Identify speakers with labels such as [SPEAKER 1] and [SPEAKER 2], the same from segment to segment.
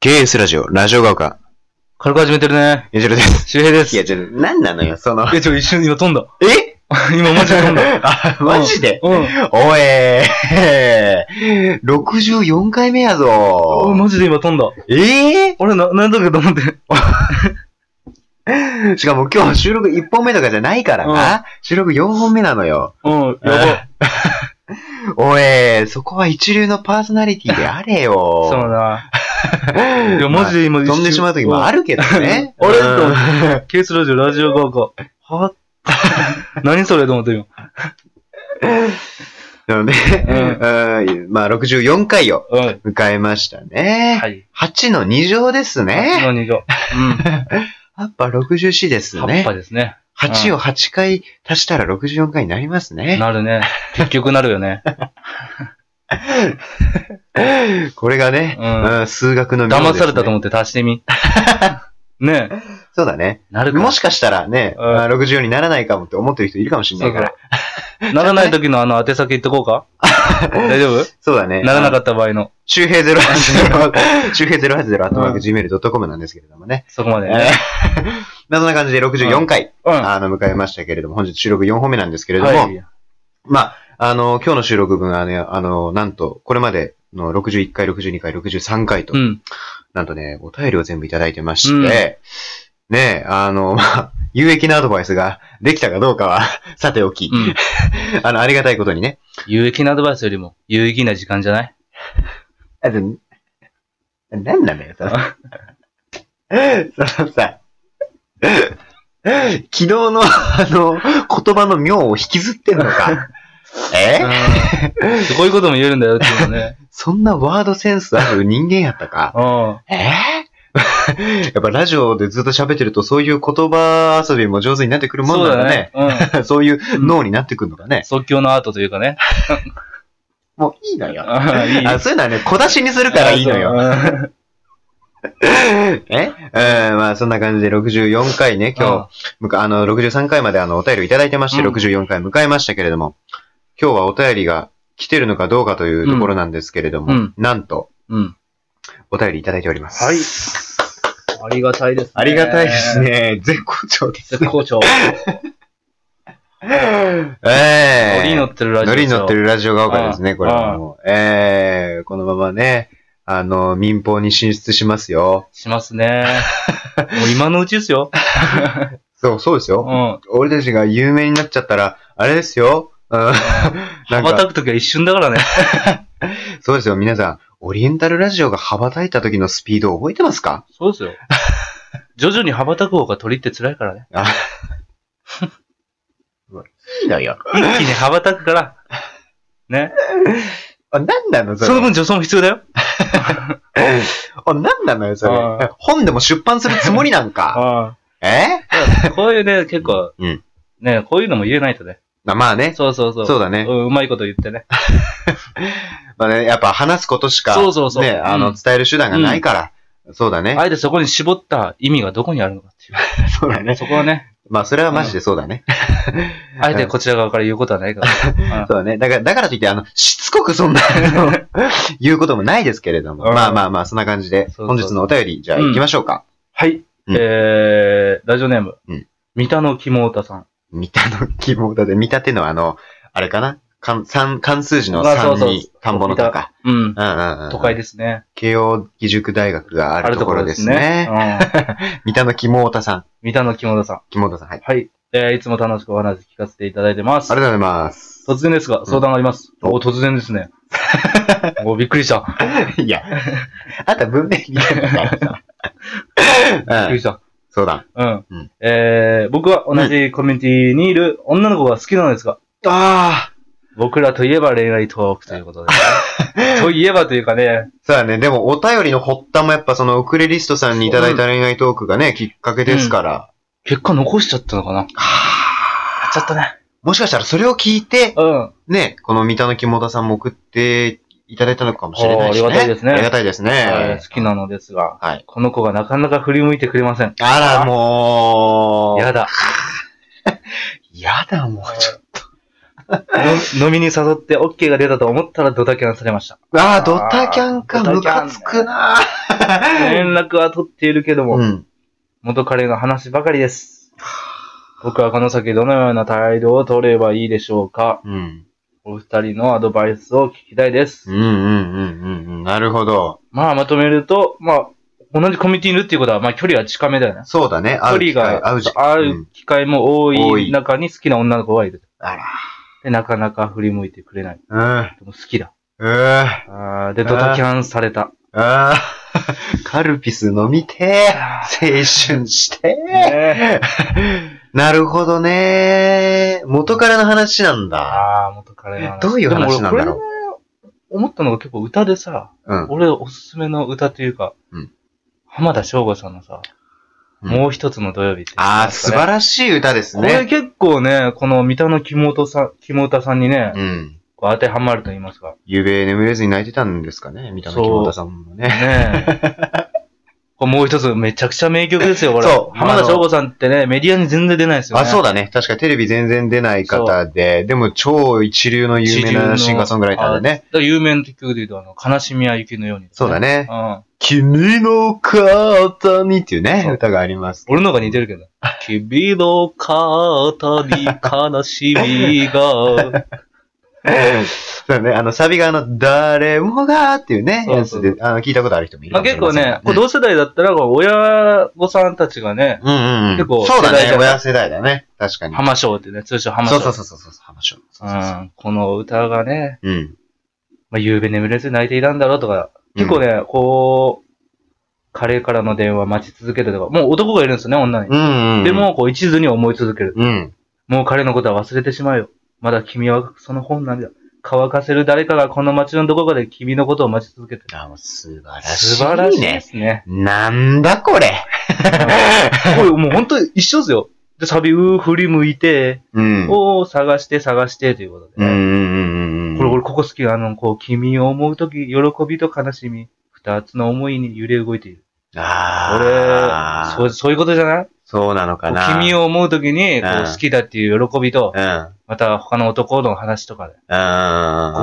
[SPEAKER 1] KS ラジオ、ラジオが丘、
[SPEAKER 2] 軽く始めてるね。
[SPEAKER 1] ゆじるです。
[SPEAKER 2] 周平です。
[SPEAKER 1] いや、ちょ、なんなのよ、その
[SPEAKER 2] い。やちょ、一瞬今飛んだ。
[SPEAKER 1] え
[SPEAKER 2] 今マジで飛んだ。
[SPEAKER 1] あ、 マジで
[SPEAKER 2] うん。
[SPEAKER 1] おえー、64回目や
[SPEAKER 2] お
[SPEAKER 1] ぞ。
[SPEAKER 2] マジで今飛んだ。
[SPEAKER 1] え
[SPEAKER 2] 俺な、なんだかと思って。
[SPEAKER 1] ー、しかも今日収録1本目とかじゃないからな。収録4本目なのよ。
[SPEAKER 2] うん、や
[SPEAKER 1] おえー、そこは一流のパーソナリティであれ
[SPEAKER 2] ば。そう
[SPEAKER 1] よ。
[SPEAKER 2] な。
[SPEAKER 1] い
[SPEAKER 2] いや、マジで今一瞬
[SPEAKER 1] 飛んでしまう時もあるけどね。
[SPEAKER 2] うんあれ
[SPEAKER 1] うん
[SPEAKER 2] と思っケースラジオ、ラジオガーカー。は 何それと思って今。
[SPEAKER 1] なので、うんまあ64回を
[SPEAKER 2] うん。
[SPEAKER 1] 迎えましたね。
[SPEAKER 2] はい。
[SPEAKER 1] 8の2乗です
[SPEAKER 2] 8
[SPEAKER 1] ね。
[SPEAKER 2] の2が。
[SPEAKER 1] やっぱ 64C です
[SPEAKER 2] うん。葉っぱ
[SPEAKER 1] ね。
[SPEAKER 2] ですね。
[SPEAKER 1] 8を8回足したら64回になりますね。
[SPEAKER 2] なるね。結局なるよね。
[SPEAKER 1] これがね、
[SPEAKER 2] うん
[SPEAKER 1] うん数学の妙ですね
[SPEAKER 2] 騙されたと思って足し てみ。ねえ。
[SPEAKER 1] そうだね。
[SPEAKER 2] なるか
[SPEAKER 1] もしかしたらね、
[SPEAKER 2] うん
[SPEAKER 1] まあ64にならないかもって思ってる人いるかもしれな
[SPEAKER 2] そう
[SPEAKER 1] い
[SPEAKER 2] そ
[SPEAKER 1] から。
[SPEAKER 2] う。ならない時のあの宛先言っとこうか 大丈夫
[SPEAKER 1] そうだね。
[SPEAKER 2] ならなか
[SPEAKER 1] った。
[SPEAKER 2] った場合の、
[SPEAKER 1] 周平080、周 平080、あとマーク gmail.com なんですけれどもね。
[SPEAKER 2] そこまで
[SPEAKER 1] え
[SPEAKER 2] ね。
[SPEAKER 1] ーまあそんな感じで64回、
[SPEAKER 2] うん。
[SPEAKER 1] あの、迎えましたけれども、本日収録4本目なんですけれども、
[SPEAKER 2] はい。
[SPEAKER 1] まあ、あの、今日の収録分はね、あの、なんと、これまでの61回、62回、63回と、
[SPEAKER 2] うん。
[SPEAKER 1] なんとね、お便りを全部いただいてまして、ねえ、あの、 まあ、有益なアドバイスが できたかどうかは、 さておき、
[SPEAKER 2] うん。
[SPEAKER 1] あの、ありがたいことにね。
[SPEAKER 2] 有益なアドバイスよりも、有益な時間じ ゃない
[SPEAKER 1] あでなんなんだよ、その、 そのさ、 昨日の、あの、言葉の妙を引きずってんの か。え
[SPEAKER 2] うんこういうことも言えるんだよっていうの ね。
[SPEAKER 1] そんなワードセンスある人間やったか
[SPEAKER 2] うん。
[SPEAKER 1] えー やっぱラジオでずっと喋ってるとそういう言葉遊びも上手になってくるもん
[SPEAKER 2] そう
[SPEAKER 1] なん
[SPEAKER 2] だ
[SPEAKER 1] だ
[SPEAKER 2] ね
[SPEAKER 1] ね。。
[SPEAKER 2] うん。
[SPEAKER 1] そういう脳になってくるのかね。
[SPEAKER 2] 即興のアートというかね。
[SPEAKER 1] もういいのよ。
[SPEAKER 2] あい い
[SPEAKER 1] あそういうのはね、小出しにするからいいのよ。
[SPEAKER 2] よ。
[SPEAKER 1] えうん、まあそんな感じで64回ね、今日、むかあの、63回まであの、お便りいただいてまして、
[SPEAKER 2] うん
[SPEAKER 1] 64回迎えましたけれども、今日はお便りが来てるのかどうかというところなんですけれども、
[SPEAKER 2] うん
[SPEAKER 1] なんと、
[SPEAKER 2] うん。
[SPEAKER 1] お便りいただいております。
[SPEAKER 2] はい。ありがたいですね。
[SPEAKER 1] ありがたいです。ね。絶好調です。
[SPEAKER 2] 絶好調。
[SPEAKER 1] ええ
[SPEAKER 2] ノリに乗ってるラジオ。
[SPEAKER 1] ノリに乗って
[SPEAKER 2] る。
[SPEAKER 1] るラジオが丘ですね、
[SPEAKER 2] うん
[SPEAKER 1] これはもう。えー、このままね、あの、民放に進出しますよ。
[SPEAKER 2] しますね。もう今のうちですよ。
[SPEAKER 1] そう、そうです
[SPEAKER 2] う
[SPEAKER 1] よ。
[SPEAKER 2] ん。
[SPEAKER 1] 俺たちが有名になっちゃったら、あれですよ。うん、な
[SPEAKER 2] 羽
[SPEAKER 1] ん
[SPEAKER 2] ばた
[SPEAKER 1] か、
[SPEAKER 2] くときは一瞬だからね。
[SPEAKER 1] そうですよ、皆さん。オリエンタルラジオが羽ばたいた時のスピードを覚えてますか
[SPEAKER 2] そうですよ。 徐々に羽ばたく方が鳥って辛いからね。
[SPEAKER 1] あいいのよ。
[SPEAKER 2] 一気に羽ばたくから。ね。
[SPEAKER 1] あ、なんなのそ
[SPEAKER 2] その
[SPEAKER 1] れ。
[SPEAKER 2] 分助走も必要だよ。
[SPEAKER 1] あ、なんなのよ、そ
[SPEAKER 2] うん
[SPEAKER 1] れ。本でも出版するつもりなんか。え
[SPEAKER 2] こういうね、結構、
[SPEAKER 1] うん
[SPEAKER 2] ね、こういうのも言えないとね。
[SPEAKER 1] まあまあね。
[SPEAKER 2] そうそうそう。
[SPEAKER 1] そうだね。
[SPEAKER 2] うんうまいこと言ってね。
[SPEAKER 1] まあね、やっぱ話すことしか、
[SPEAKER 2] そうそうそう
[SPEAKER 1] ね、あの、
[SPEAKER 2] うん
[SPEAKER 1] 伝える手段がないから、そうだね
[SPEAKER 2] あ。えてそこに絞った意味がどこにあるのかっていう。
[SPEAKER 1] そうだね
[SPEAKER 2] そこ はね、
[SPEAKER 1] まあ、それはマジでそうだね。
[SPEAKER 2] あえてこちら側から言うことはないから。 うん
[SPEAKER 1] そうだね。だから、だからといって、あの、しつこくそんな、あの 言うこともないですけれども、
[SPEAKER 2] うん
[SPEAKER 1] まあまあまあ、そんな感じで、
[SPEAKER 2] そうそう
[SPEAKER 1] 本日のお便り、じゃあ行きましょうか。
[SPEAKER 2] はい。
[SPEAKER 1] うん
[SPEAKER 2] えー、ラジオネーム
[SPEAKER 1] うん。
[SPEAKER 2] 三田の肝太さん。
[SPEAKER 1] 三田の 希望だぜ。三田ってのは、あの、あれかな関三関数字の
[SPEAKER 2] まあそう
[SPEAKER 1] 3
[SPEAKER 2] そう
[SPEAKER 1] に、田んぼのとか。
[SPEAKER 2] うん。
[SPEAKER 1] うんうんうん。
[SPEAKER 2] 都会ですね。
[SPEAKER 1] 慶応義塾大学があるところですね。
[SPEAKER 2] うん
[SPEAKER 1] 三田の希望太さん。
[SPEAKER 2] 三田の肝太さん。
[SPEAKER 1] 希望太さん、はい。
[SPEAKER 2] はい。えー、いつも楽しくお話聞かせていただいてます
[SPEAKER 1] あ。りがとうございます。
[SPEAKER 2] 突然ですが、相談があります。
[SPEAKER 1] うん
[SPEAKER 2] お、突然です ね。お、びっくりした。び
[SPEAKER 1] いや、あんた文明みたいなさ。
[SPEAKER 2] っ
[SPEAKER 1] う
[SPEAKER 2] く り
[SPEAKER 1] ん、
[SPEAKER 2] した。
[SPEAKER 1] そうだ。
[SPEAKER 2] うん。
[SPEAKER 1] うん
[SPEAKER 2] えー、僕は同じコミュニティにいる女の子が好きなのですが、
[SPEAKER 1] ああ。
[SPEAKER 2] 僕らといえば恋愛トークということで。 といえばというかね、
[SPEAKER 1] そうだね。でも、お便りの発端もやっぱそのウクレリストさんにいただいた恋愛トークがね、きっかけですから。
[SPEAKER 2] 結果残しちゃったのかな。やっ
[SPEAKER 1] あ
[SPEAKER 2] ちゃったね。
[SPEAKER 1] ーもしかしたらそれを聞いて、
[SPEAKER 2] うん。
[SPEAKER 1] ね、この三田の肝田さんも送っていただいたのかもしれないし、ね。
[SPEAKER 2] おーありがたいですね
[SPEAKER 1] ありがたいです
[SPEAKER 2] え
[SPEAKER 1] ね
[SPEAKER 2] ー。好きなのですが、
[SPEAKER 1] はい
[SPEAKER 2] この子がなかなか振り向いてくれません。
[SPEAKER 1] あら、もう。
[SPEAKER 2] やだ。
[SPEAKER 1] やだ、もう。ちょっ
[SPEAKER 2] 飲みに誘って OK が出たと思ったらドタキャンされました。
[SPEAKER 1] ああ、ドタキャンか、
[SPEAKER 2] ドタキャン
[SPEAKER 1] ムカつくな
[SPEAKER 2] 連絡は取っているけども、
[SPEAKER 1] うん。
[SPEAKER 2] 元彼の話ばかりです。僕はこの先どのような態度を取ればいいでしょうか
[SPEAKER 1] うん。
[SPEAKER 2] お二人のアドバイスを聞きたいです。
[SPEAKER 1] うんうんうんうんうん。なるほど。
[SPEAKER 2] まあまとめると、まあ、同じコミュニティにいるっていうことは、まあ距離は近めだよね。
[SPEAKER 1] そうだね。会う
[SPEAKER 2] 距離
[SPEAKER 1] 機会、
[SPEAKER 2] が
[SPEAKER 1] 会う時
[SPEAKER 2] 合
[SPEAKER 1] う
[SPEAKER 2] うん機会も多
[SPEAKER 1] 多
[SPEAKER 2] い
[SPEAKER 1] い
[SPEAKER 2] 中に好きな女の子がいる。
[SPEAKER 1] あら。
[SPEAKER 2] で、なかなか振り向いてくれない。
[SPEAKER 1] うん。
[SPEAKER 2] でも好きだ。
[SPEAKER 1] うん。
[SPEAKER 2] あーで、ドタキャンされた。
[SPEAKER 1] ああ、 カルピス飲みてー、青春してー。
[SPEAKER 2] ねえ
[SPEAKER 1] なるほどねー。元からの話なんだ。
[SPEAKER 2] ああ、元彼の話
[SPEAKER 1] どういう話なんだろう
[SPEAKER 2] でも俺これね、思ったのが結構歌でさ、
[SPEAKER 1] うん。
[SPEAKER 2] 俺おすすめの歌というか、
[SPEAKER 1] うん
[SPEAKER 2] 浜田省吾さんのさ、
[SPEAKER 1] うん
[SPEAKER 2] もう一つの土曜日って。
[SPEAKER 1] ああ、素晴
[SPEAKER 2] し
[SPEAKER 1] らしい歌です
[SPEAKER 2] これ
[SPEAKER 1] ね。
[SPEAKER 2] 結構ね、この三田の肝田さん、肝田さんにね、
[SPEAKER 1] うん。
[SPEAKER 2] こう当てはまると言いますか。
[SPEAKER 1] ゆうべ眠れずに泣いてたんですかね、三田の木本さんもね。
[SPEAKER 2] ねえ。 これもう一つめちゃくちゃ名曲ですよ、これ。
[SPEAKER 1] そう
[SPEAKER 2] 浜田省吾さんってね、メディアに全然出ないですよね。
[SPEAKER 1] あ、そうだね。確かテレビ全然出ない方で、でも超一流の有名
[SPEAKER 2] 一流の
[SPEAKER 1] なシンガーソングライターでね。
[SPEAKER 2] だから有名な曲で言うと、あの、悲しみは雪のように、
[SPEAKER 1] そうだね。
[SPEAKER 2] うん。
[SPEAKER 1] 君の肩にっていうね
[SPEAKER 2] そ、う
[SPEAKER 1] 歌があります。
[SPEAKER 2] 俺の方が似て るけど。君の肩に悲しみが。
[SPEAKER 1] そうね、あの、サビがあの、誰もがっていうね、
[SPEAKER 2] そう
[SPEAKER 1] や
[SPEAKER 2] そ
[SPEAKER 1] つ
[SPEAKER 2] うそう
[SPEAKER 1] で、あの、聞いたことある人もいる
[SPEAKER 2] ま
[SPEAKER 1] か
[SPEAKER 2] あ
[SPEAKER 1] もし
[SPEAKER 2] 結
[SPEAKER 1] れま
[SPEAKER 2] 構
[SPEAKER 1] せん
[SPEAKER 2] ね、こう同世代だったら、こう親御さんたちがね、
[SPEAKER 1] うんうんうん。
[SPEAKER 2] 結構
[SPEAKER 1] そうだ
[SPEAKER 2] 世代じ
[SPEAKER 1] ね
[SPEAKER 2] ゃ、ない
[SPEAKER 1] 親世代だね。確かに。
[SPEAKER 2] 浜章ってね、通称浜章。
[SPEAKER 1] そうそうそうそうそう、浜松。そう
[SPEAKER 2] う
[SPEAKER 1] そうそ
[SPEAKER 2] ん。この歌がね、
[SPEAKER 1] ううん。
[SPEAKER 2] まあ、夕べ眠れず泣いていたんだろうとか、結構ね、こう、彼からの電話待ち続けてとか、もう男がいるんですよね、女に。
[SPEAKER 1] うん。うんうん。
[SPEAKER 2] で、も、こう、一途に思い続ける。
[SPEAKER 1] うん。
[SPEAKER 2] もう彼のことは忘れてしまうよ。まだ君はその本なんだ。乾かせる誰かがこの街のどこかで君のことを待ち続けてる。
[SPEAKER 1] あ、もう素晴らしい。
[SPEAKER 2] 素晴らしいで
[SPEAKER 1] ね。
[SPEAKER 2] すね。
[SPEAKER 1] なんだこれ。
[SPEAKER 2] これもう本当に一緒ですよ。で、サビ、うー振り向いて、
[SPEAKER 1] うん。うん
[SPEAKER 2] を探して探してということで
[SPEAKER 1] うんう
[SPEAKER 2] ね。
[SPEAKER 1] んうん。
[SPEAKER 2] これ俺ここ好き。あの、こう、君を思うとき、喜びと悲しみ、二つの思いに揺れ動いている。
[SPEAKER 1] ああ。
[SPEAKER 2] 俺、そう、そういうことじゃない
[SPEAKER 1] そうなのか
[SPEAKER 2] こ
[SPEAKER 1] な。
[SPEAKER 2] う君
[SPEAKER 1] を。
[SPEAKER 2] を思うときに、こ
[SPEAKER 1] うん
[SPEAKER 2] う、好きだっていう喜びと、
[SPEAKER 1] うん。うん。
[SPEAKER 2] また他の男の話とかで、こう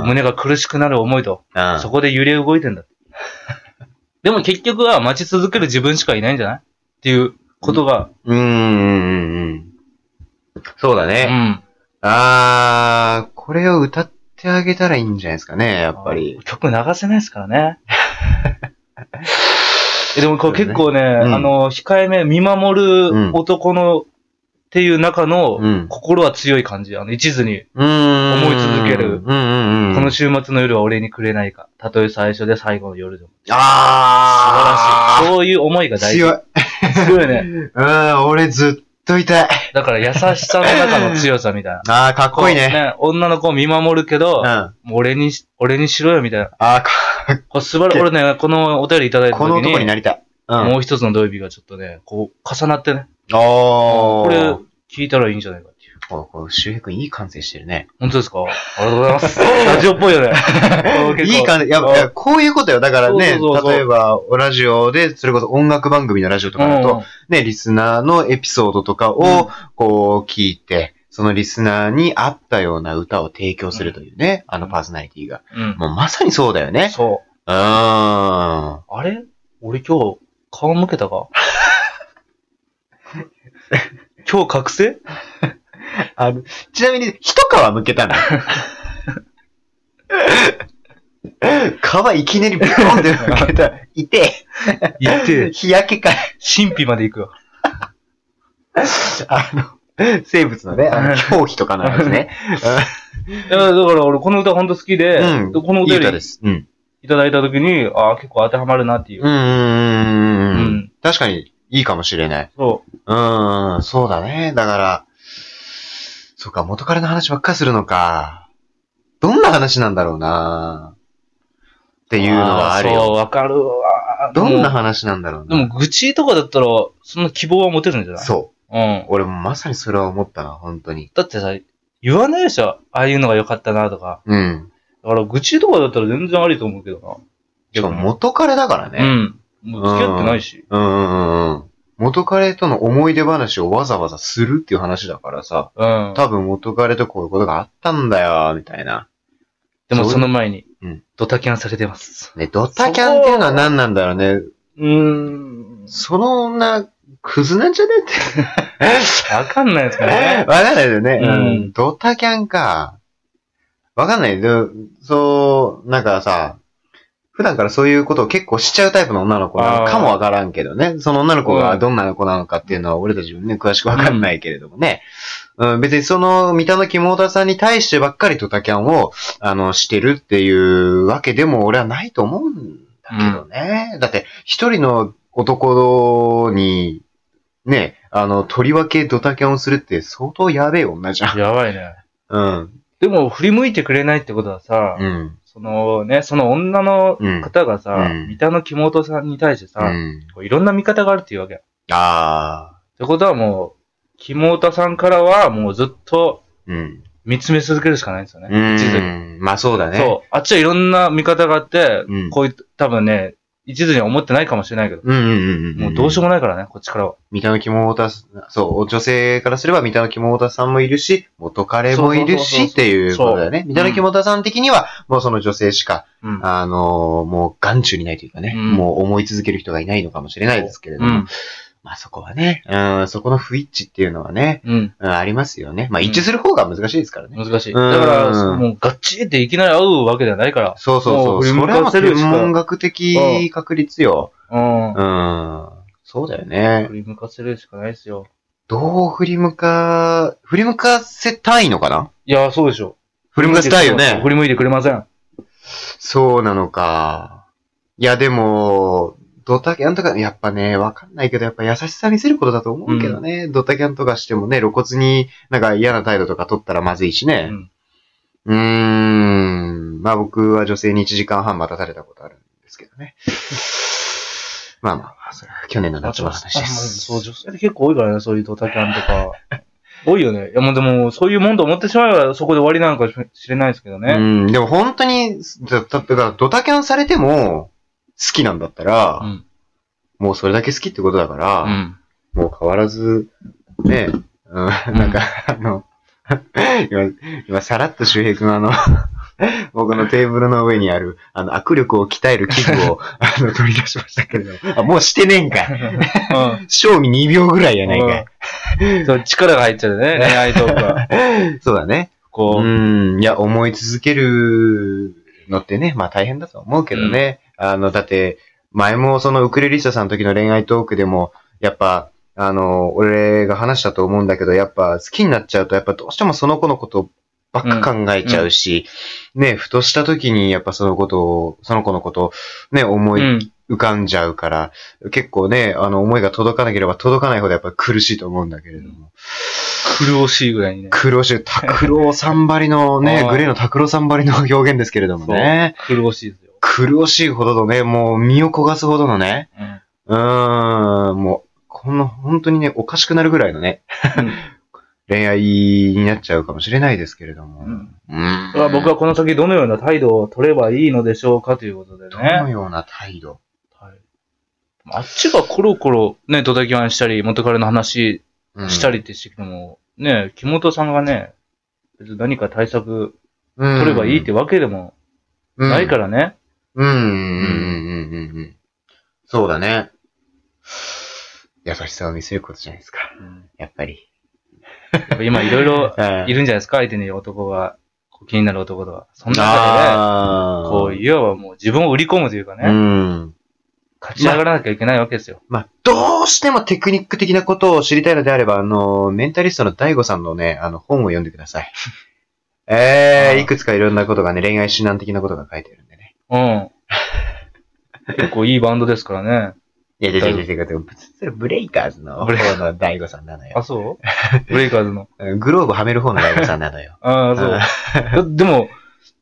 [SPEAKER 1] うん。
[SPEAKER 2] 胸が苦しくなる思いと、そこで揺れ動いてん だって。でも結局は待ち続ける自分しかいないんじゃないっていうことが、
[SPEAKER 1] うんうんうんうん。そうだ
[SPEAKER 2] う
[SPEAKER 1] ね。
[SPEAKER 2] ん。
[SPEAKER 1] あー、これを歌ってあげたらいいんじゃないですかね、やっぱり。
[SPEAKER 2] 曲流せないですか らね。えでもこう結構ね、
[SPEAKER 1] ん
[SPEAKER 2] あの、控えめ、見守る男の、っていう中の、
[SPEAKER 1] うん
[SPEAKER 2] 心は強い感じ。あの、一途に、
[SPEAKER 1] うん。思
[SPEAKER 2] 思い続ける
[SPEAKER 1] うんうんうん。
[SPEAKER 2] この週末の夜は俺にくれないか。たとえ最初で最後の夜でも。
[SPEAKER 1] あ
[SPEAKER 2] 素晴らしい。そういう思いが大事。
[SPEAKER 1] 強い。
[SPEAKER 2] 強いね。
[SPEAKER 1] うん、俺ずっと痛い。
[SPEAKER 2] だから優しさの中の強さみたいな。
[SPEAKER 1] あー、かっこいいね。
[SPEAKER 2] 女の子を見守るけ
[SPEAKER 1] う
[SPEAKER 2] ど
[SPEAKER 1] ん。、あ
[SPEAKER 2] もう俺にし、俺にしろよみたいな。
[SPEAKER 1] ー、か
[SPEAKER 2] これ素晴らしい。俺ね、このお便りいただいた時
[SPEAKER 1] こ
[SPEAKER 2] に、
[SPEAKER 1] の男になりたい。うん。
[SPEAKER 2] もう一つの土曜日がちょっとね、こう、重なってね。
[SPEAKER 1] お
[SPEAKER 2] こ
[SPEAKER 1] ー。
[SPEAKER 2] れ、聞いたらいいんじゃないかっていう。
[SPEAKER 1] こう、こう、周平君いい感性してるね。
[SPEAKER 2] 本当ですかありがとうございます。ラジオっぽいよね。
[SPEAKER 1] いい感性。いや、いやこういうことよ。だからね、
[SPEAKER 2] そうそうそうそう
[SPEAKER 1] 例えば、ラジオで、それこそ音楽番組のラジオとかだと、ね、リスナーのエピソードとか
[SPEAKER 2] うん
[SPEAKER 1] を、こう、聞いて、そのリスナーに合ったような歌を提供するというね、あのパーソナリティが。
[SPEAKER 2] うん。うん
[SPEAKER 1] もうまさにそうだよね。
[SPEAKER 2] そう。
[SPEAKER 1] うーん。
[SPEAKER 2] あれ俺今日、顔向けたか今日覚醒
[SPEAKER 1] あの、ちなみに、一皮むけたの。皮いきなりビコンってむけた。いて
[SPEAKER 2] 言って
[SPEAKER 1] え、、日焼けか。
[SPEAKER 2] 神秘まで行くよ。
[SPEAKER 1] あの、生物のね、あの、表皮とかのやつ ね。
[SPEAKER 2] いや、だから俺この歌本当好きで、
[SPEAKER 1] うん
[SPEAKER 2] このお
[SPEAKER 1] いい
[SPEAKER 2] 便
[SPEAKER 1] 歌
[SPEAKER 2] り
[SPEAKER 1] です。うん。
[SPEAKER 2] いただいた時に、ああ、結構当てはまるなっていう。
[SPEAKER 1] うんうんうんうんう。
[SPEAKER 2] うん
[SPEAKER 1] 確かに、いいかもしれない。
[SPEAKER 2] そう。
[SPEAKER 1] うーん、そうだね。だから、そうか、元彼の話ばっかりするのか。どんな話なんだろうなっていうのはある
[SPEAKER 2] ーそう、
[SPEAKER 1] よ。
[SPEAKER 2] わかるわ。
[SPEAKER 1] どんな
[SPEAKER 2] でも
[SPEAKER 1] 話なんだろう
[SPEAKER 2] で
[SPEAKER 1] な。
[SPEAKER 2] も、愚痴とかだったら、その希望は持てるんじゃない。
[SPEAKER 1] そう
[SPEAKER 2] ん
[SPEAKER 1] う。。俺もまさにそれは思ったな、本当に。
[SPEAKER 2] だってさ、言わないでしょああいうのが良かったなとか。
[SPEAKER 1] うん。
[SPEAKER 2] だから、愚痴とかだったら全然ありと思うけどな。
[SPEAKER 1] しかも
[SPEAKER 2] 逆に
[SPEAKER 1] 元彼だから
[SPEAKER 2] う
[SPEAKER 1] ね。
[SPEAKER 2] ん。もう付き合ってないし。
[SPEAKER 1] うん。うんうんうん。元彼との思い出話をわざわざするっていう話だからさ、
[SPEAKER 2] うん。
[SPEAKER 1] 多分元彼とこういうことがあったんだよ、みたいな。
[SPEAKER 2] でもその前に
[SPEAKER 1] うん、
[SPEAKER 2] ドタキャンされてます。
[SPEAKER 1] ね、ドタキャンっていうのは何なんだろうね。
[SPEAKER 2] うーん。
[SPEAKER 1] その女、クズなんじゃねっ
[SPEAKER 2] わかんないですか
[SPEAKER 1] て。わ
[SPEAKER 2] ね。
[SPEAKER 1] かんないよね。
[SPEAKER 2] う
[SPEAKER 1] うんん。ドタキャンか。わかんない。でそう、なんかさ、普段からそういうことを結構しちゃうタイプの女の子なのかもわからんけどね。その女の子
[SPEAKER 2] う
[SPEAKER 1] が
[SPEAKER 2] ん
[SPEAKER 1] どんな子なのかっていうのは俺たちもね、詳しくわかんないけれどもね。うん、別にその三田の肝田さんに対してばっかりドタキャンを、あの、してるっていうわけでも俺はないと思うんだけどね。だって、一人の男に、ね、あの、とりわけドタキャンをするって相当やべえ女じゃん。
[SPEAKER 2] やばいね。
[SPEAKER 1] うん。
[SPEAKER 2] でも振り向いてくれないってことはさ、
[SPEAKER 1] うん。
[SPEAKER 2] そのね、その女の
[SPEAKER 1] うん。
[SPEAKER 2] 方がさ、
[SPEAKER 1] うん
[SPEAKER 2] 三田の木本さんに対してさ、
[SPEAKER 1] うん、
[SPEAKER 2] こういろんな見方があるっていうわけ。っ
[SPEAKER 1] ああ。
[SPEAKER 2] てことはもう、木本さんからはもうずっと
[SPEAKER 1] うん。見
[SPEAKER 2] 見つめ続けるしかないんですよね。一途に
[SPEAKER 1] うん。まあそうだね。
[SPEAKER 2] そう。あっちはいろんな見方があって、
[SPEAKER 1] うん
[SPEAKER 2] こういう、多分ね、一途には思ってないかもしれないけど、
[SPEAKER 1] うんうんうんうん。
[SPEAKER 2] もうどうしようもないからね、こっちからは。
[SPEAKER 1] 三田の肝太さん、そう、女性からすれば三田の肝太さんもいるし、元彼もいる
[SPEAKER 2] そうそうそう
[SPEAKER 1] し、
[SPEAKER 2] そう
[SPEAKER 1] っていうことだよね。
[SPEAKER 2] そう
[SPEAKER 1] 三田の肝太さん的には、もうその女性しか、
[SPEAKER 2] うん。
[SPEAKER 1] あのーもう眼中にないというかね、
[SPEAKER 2] うん
[SPEAKER 1] もう思い続ける人がいないのかもしれないですけれど
[SPEAKER 2] う
[SPEAKER 1] も、
[SPEAKER 2] ん。
[SPEAKER 1] まあそこはね、うん、そこの不一致っていうのはね、
[SPEAKER 2] うん。
[SPEAKER 1] うんありますよね。まあ一致する方が難しいですからね。
[SPEAKER 2] 難しい。だ
[SPEAKER 1] うん
[SPEAKER 2] から、もうガッチっていきなり会うわけじゃないから。
[SPEAKER 1] そうそう
[SPEAKER 2] も
[SPEAKER 1] そうう。
[SPEAKER 2] 振り
[SPEAKER 1] そ
[SPEAKER 2] 向
[SPEAKER 1] れは
[SPEAKER 2] か
[SPEAKER 1] もう
[SPEAKER 2] せる
[SPEAKER 1] 天
[SPEAKER 2] しか
[SPEAKER 1] 文学的確率よ。
[SPEAKER 2] う
[SPEAKER 1] う
[SPEAKER 2] ん。
[SPEAKER 1] ん。そうだよね
[SPEAKER 2] 振。り向かせるしかないですよ。
[SPEAKER 1] どう振り向か、振り向かせたいのかない
[SPEAKER 2] や、そうでしょ。
[SPEAKER 1] 振り向かせたいよね
[SPEAKER 2] 振。り向いてくれません。
[SPEAKER 1] そうなのか。いや、でも、ドタキャンとか、やっぱね、わかんないけど、やっぱ優しさ見せることだと思うけどね。ドタキャンとかしてもね、露骨になんか嫌な態度とか取ったらまずいし
[SPEAKER 2] う
[SPEAKER 1] ね。
[SPEAKER 2] ん。
[SPEAKER 1] うーん。まあ僕は女性に1時間半待たされたことあるんですけどね。 まあまあまあ、それは去年の夏の話で
[SPEAKER 2] あまあ
[SPEAKER 1] す。
[SPEAKER 2] そう、女性って結構多いからね、そういうドタキャンとか。 多いよね。いや、もうでも、そういうもんと思ってしまえば、そこで終わりなのかもしれないですけど
[SPEAKER 1] う
[SPEAKER 2] ね。
[SPEAKER 1] ん。でも本当に、だだだからドタキャンされても好きなんだった
[SPEAKER 2] う
[SPEAKER 1] ら、
[SPEAKER 2] ん。
[SPEAKER 1] もうそれだけ好きってことだから、
[SPEAKER 2] うん。
[SPEAKER 1] もう変わらず、ね、うん、なんか、あの、 今、今、さらっと周平君あの、 僕のテーブルの上にある、あの、握力を鍛える器具を、あの、取り出しましたけれども、あ、もうしてねえんかい。
[SPEAKER 2] う
[SPEAKER 1] 賞味2秒ぐらいやないかい。
[SPEAKER 2] ん。そう力が入っちゃうね、恋愛とか。
[SPEAKER 1] そうだね。
[SPEAKER 2] こ
[SPEAKER 1] う
[SPEAKER 2] う。
[SPEAKER 1] ん、いや、思い続けるのってね、まあ大変だと思うけどね。あの、だって、前もそのウクレリストさんの時の恋愛トークでも、やっぱ、あの、俺が話したと思うんだけど、やっぱ好きになっちゃうと、やっぱどうしてもその子のことばっか考えちゃうし、ね、ふとした時にやっぱそのことを、その子のことをね、思
[SPEAKER 2] う
[SPEAKER 1] い
[SPEAKER 2] ん。
[SPEAKER 1] 浮かんじゃうから、結構ね、あの思いが届かなければ届かないほどやっぱ苦しいと思うんだけれども。
[SPEAKER 2] 苦しいぐらいにね。
[SPEAKER 1] 苦しい。拓郎さんばりのね
[SPEAKER 2] あー、
[SPEAKER 1] グレーの拓郎さんばりの表現ですけれどもね。
[SPEAKER 2] 苦しいですよ。
[SPEAKER 1] 苦しいほどのね、もう身を焦がすほどのね。
[SPEAKER 2] う
[SPEAKER 1] う
[SPEAKER 2] ん。
[SPEAKER 1] ーん、もう、この本当にね、おかしくなるぐらいのね、恋愛になっちゃうかもしれないですけれども。
[SPEAKER 2] う
[SPEAKER 1] うんん。
[SPEAKER 2] まあ僕はこの先どのような態度を取ればいいのでしょうかということでね。
[SPEAKER 1] どのような態度
[SPEAKER 2] はいあっちがコロコロね、ドタキャンしたり、元彼の話したりってしてきても、ね、木本さんがね、別に何か対策取
[SPEAKER 1] 取
[SPEAKER 2] ればいいってわけでもないからね。
[SPEAKER 1] うんうんうんうんうんうん。そうだね。優しさを見せることじゃないですか。
[SPEAKER 2] うん
[SPEAKER 1] やっぱり。
[SPEAKER 2] やっぱ今いろいろ
[SPEAKER 1] うん
[SPEAKER 2] いるんじゃないですか、相手に男が、こう気になる男とか。そんな中
[SPEAKER 1] あ
[SPEAKER 2] で
[SPEAKER 1] あ
[SPEAKER 2] ね、こう、
[SPEAKER 1] う。
[SPEAKER 2] いわばもう自分を売り込むというか
[SPEAKER 1] う
[SPEAKER 2] ね、
[SPEAKER 1] ん。
[SPEAKER 2] 勝ち上がらなきゃいけないわけですよ。
[SPEAKER 1] まあ、どうしてもテクニック的なことを知りたいのであれば、あの、メンタリストの大悟さんのね、あの、本を読んでください。 え
[SPEAKER 2] あ
[SPEAKER 1] え
[SPEAKER 2] ー
[SPEAKER 1] いくつかいろんなことがね、恋愛指南的なことが書いてあるんでね。
[SPEAKER 2] うん。結構いいバンドですからね。
[SPEAKER 1] いや、いやいやいやいやそれブレイカーズの
[SPEAKER 2] ブレイカ
[SPEAKER 1] 方の大悟さんなの
[SPEAKER 2] あ、
[SPEAKER 1] よ。
[SPEAKER 2] そうブレイカーズの。。
[SPEAKER 1] グローブはめる方の大悟さんなのよ
[SPEAKER 2] ああ、そうだ。でも、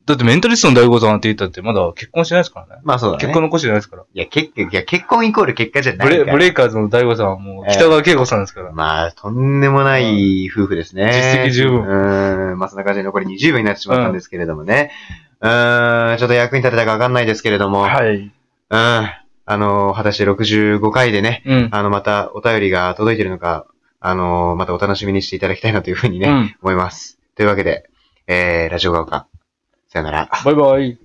[SPEAKER 2] だってメンタリストの大悟さんって言ったってまだ結婚してないですからね。
[SPEAKER 1] まあそうだね。
[SPEAKER 2] 結婚の子じゃないですから。
[SPEAKER 1] いや、結局、いや、結婚イコール結果じゃない
[SPEAKER 2] ブ
[SPEAKER 1] から。
[SPEAKER 2] レブレイカーズの大悟さんはもう北川景子さんですから。
[SPEAKER 1] まあ、とんでもない夫婦ですね。
[SPEAKER 2] 実績十
[SPEAKER 1] う
[SPEAKER 2] 分
[SPEAKER 1] ーん、まあ、そんな感じで残り20秒になってしまったんですけれどもね。うーん、ちょっと役に立てたかわかんないですけれども、
[SPEAKER 2] はい。
[SPEAKER 1] うん、あの、果たして65回でね、
[SPEAKER 2] うん。
[SPEAKER 1] あの、またお便りが届いてるのか、あの、またお楽しみにしていただきたいなというふうにね、
[SPEAKER 2] うん。
[SPEAKER 1] 思います。というわけで、えー、ラジオが丘、さよなら。
[SPEAKER 2] バイバイ。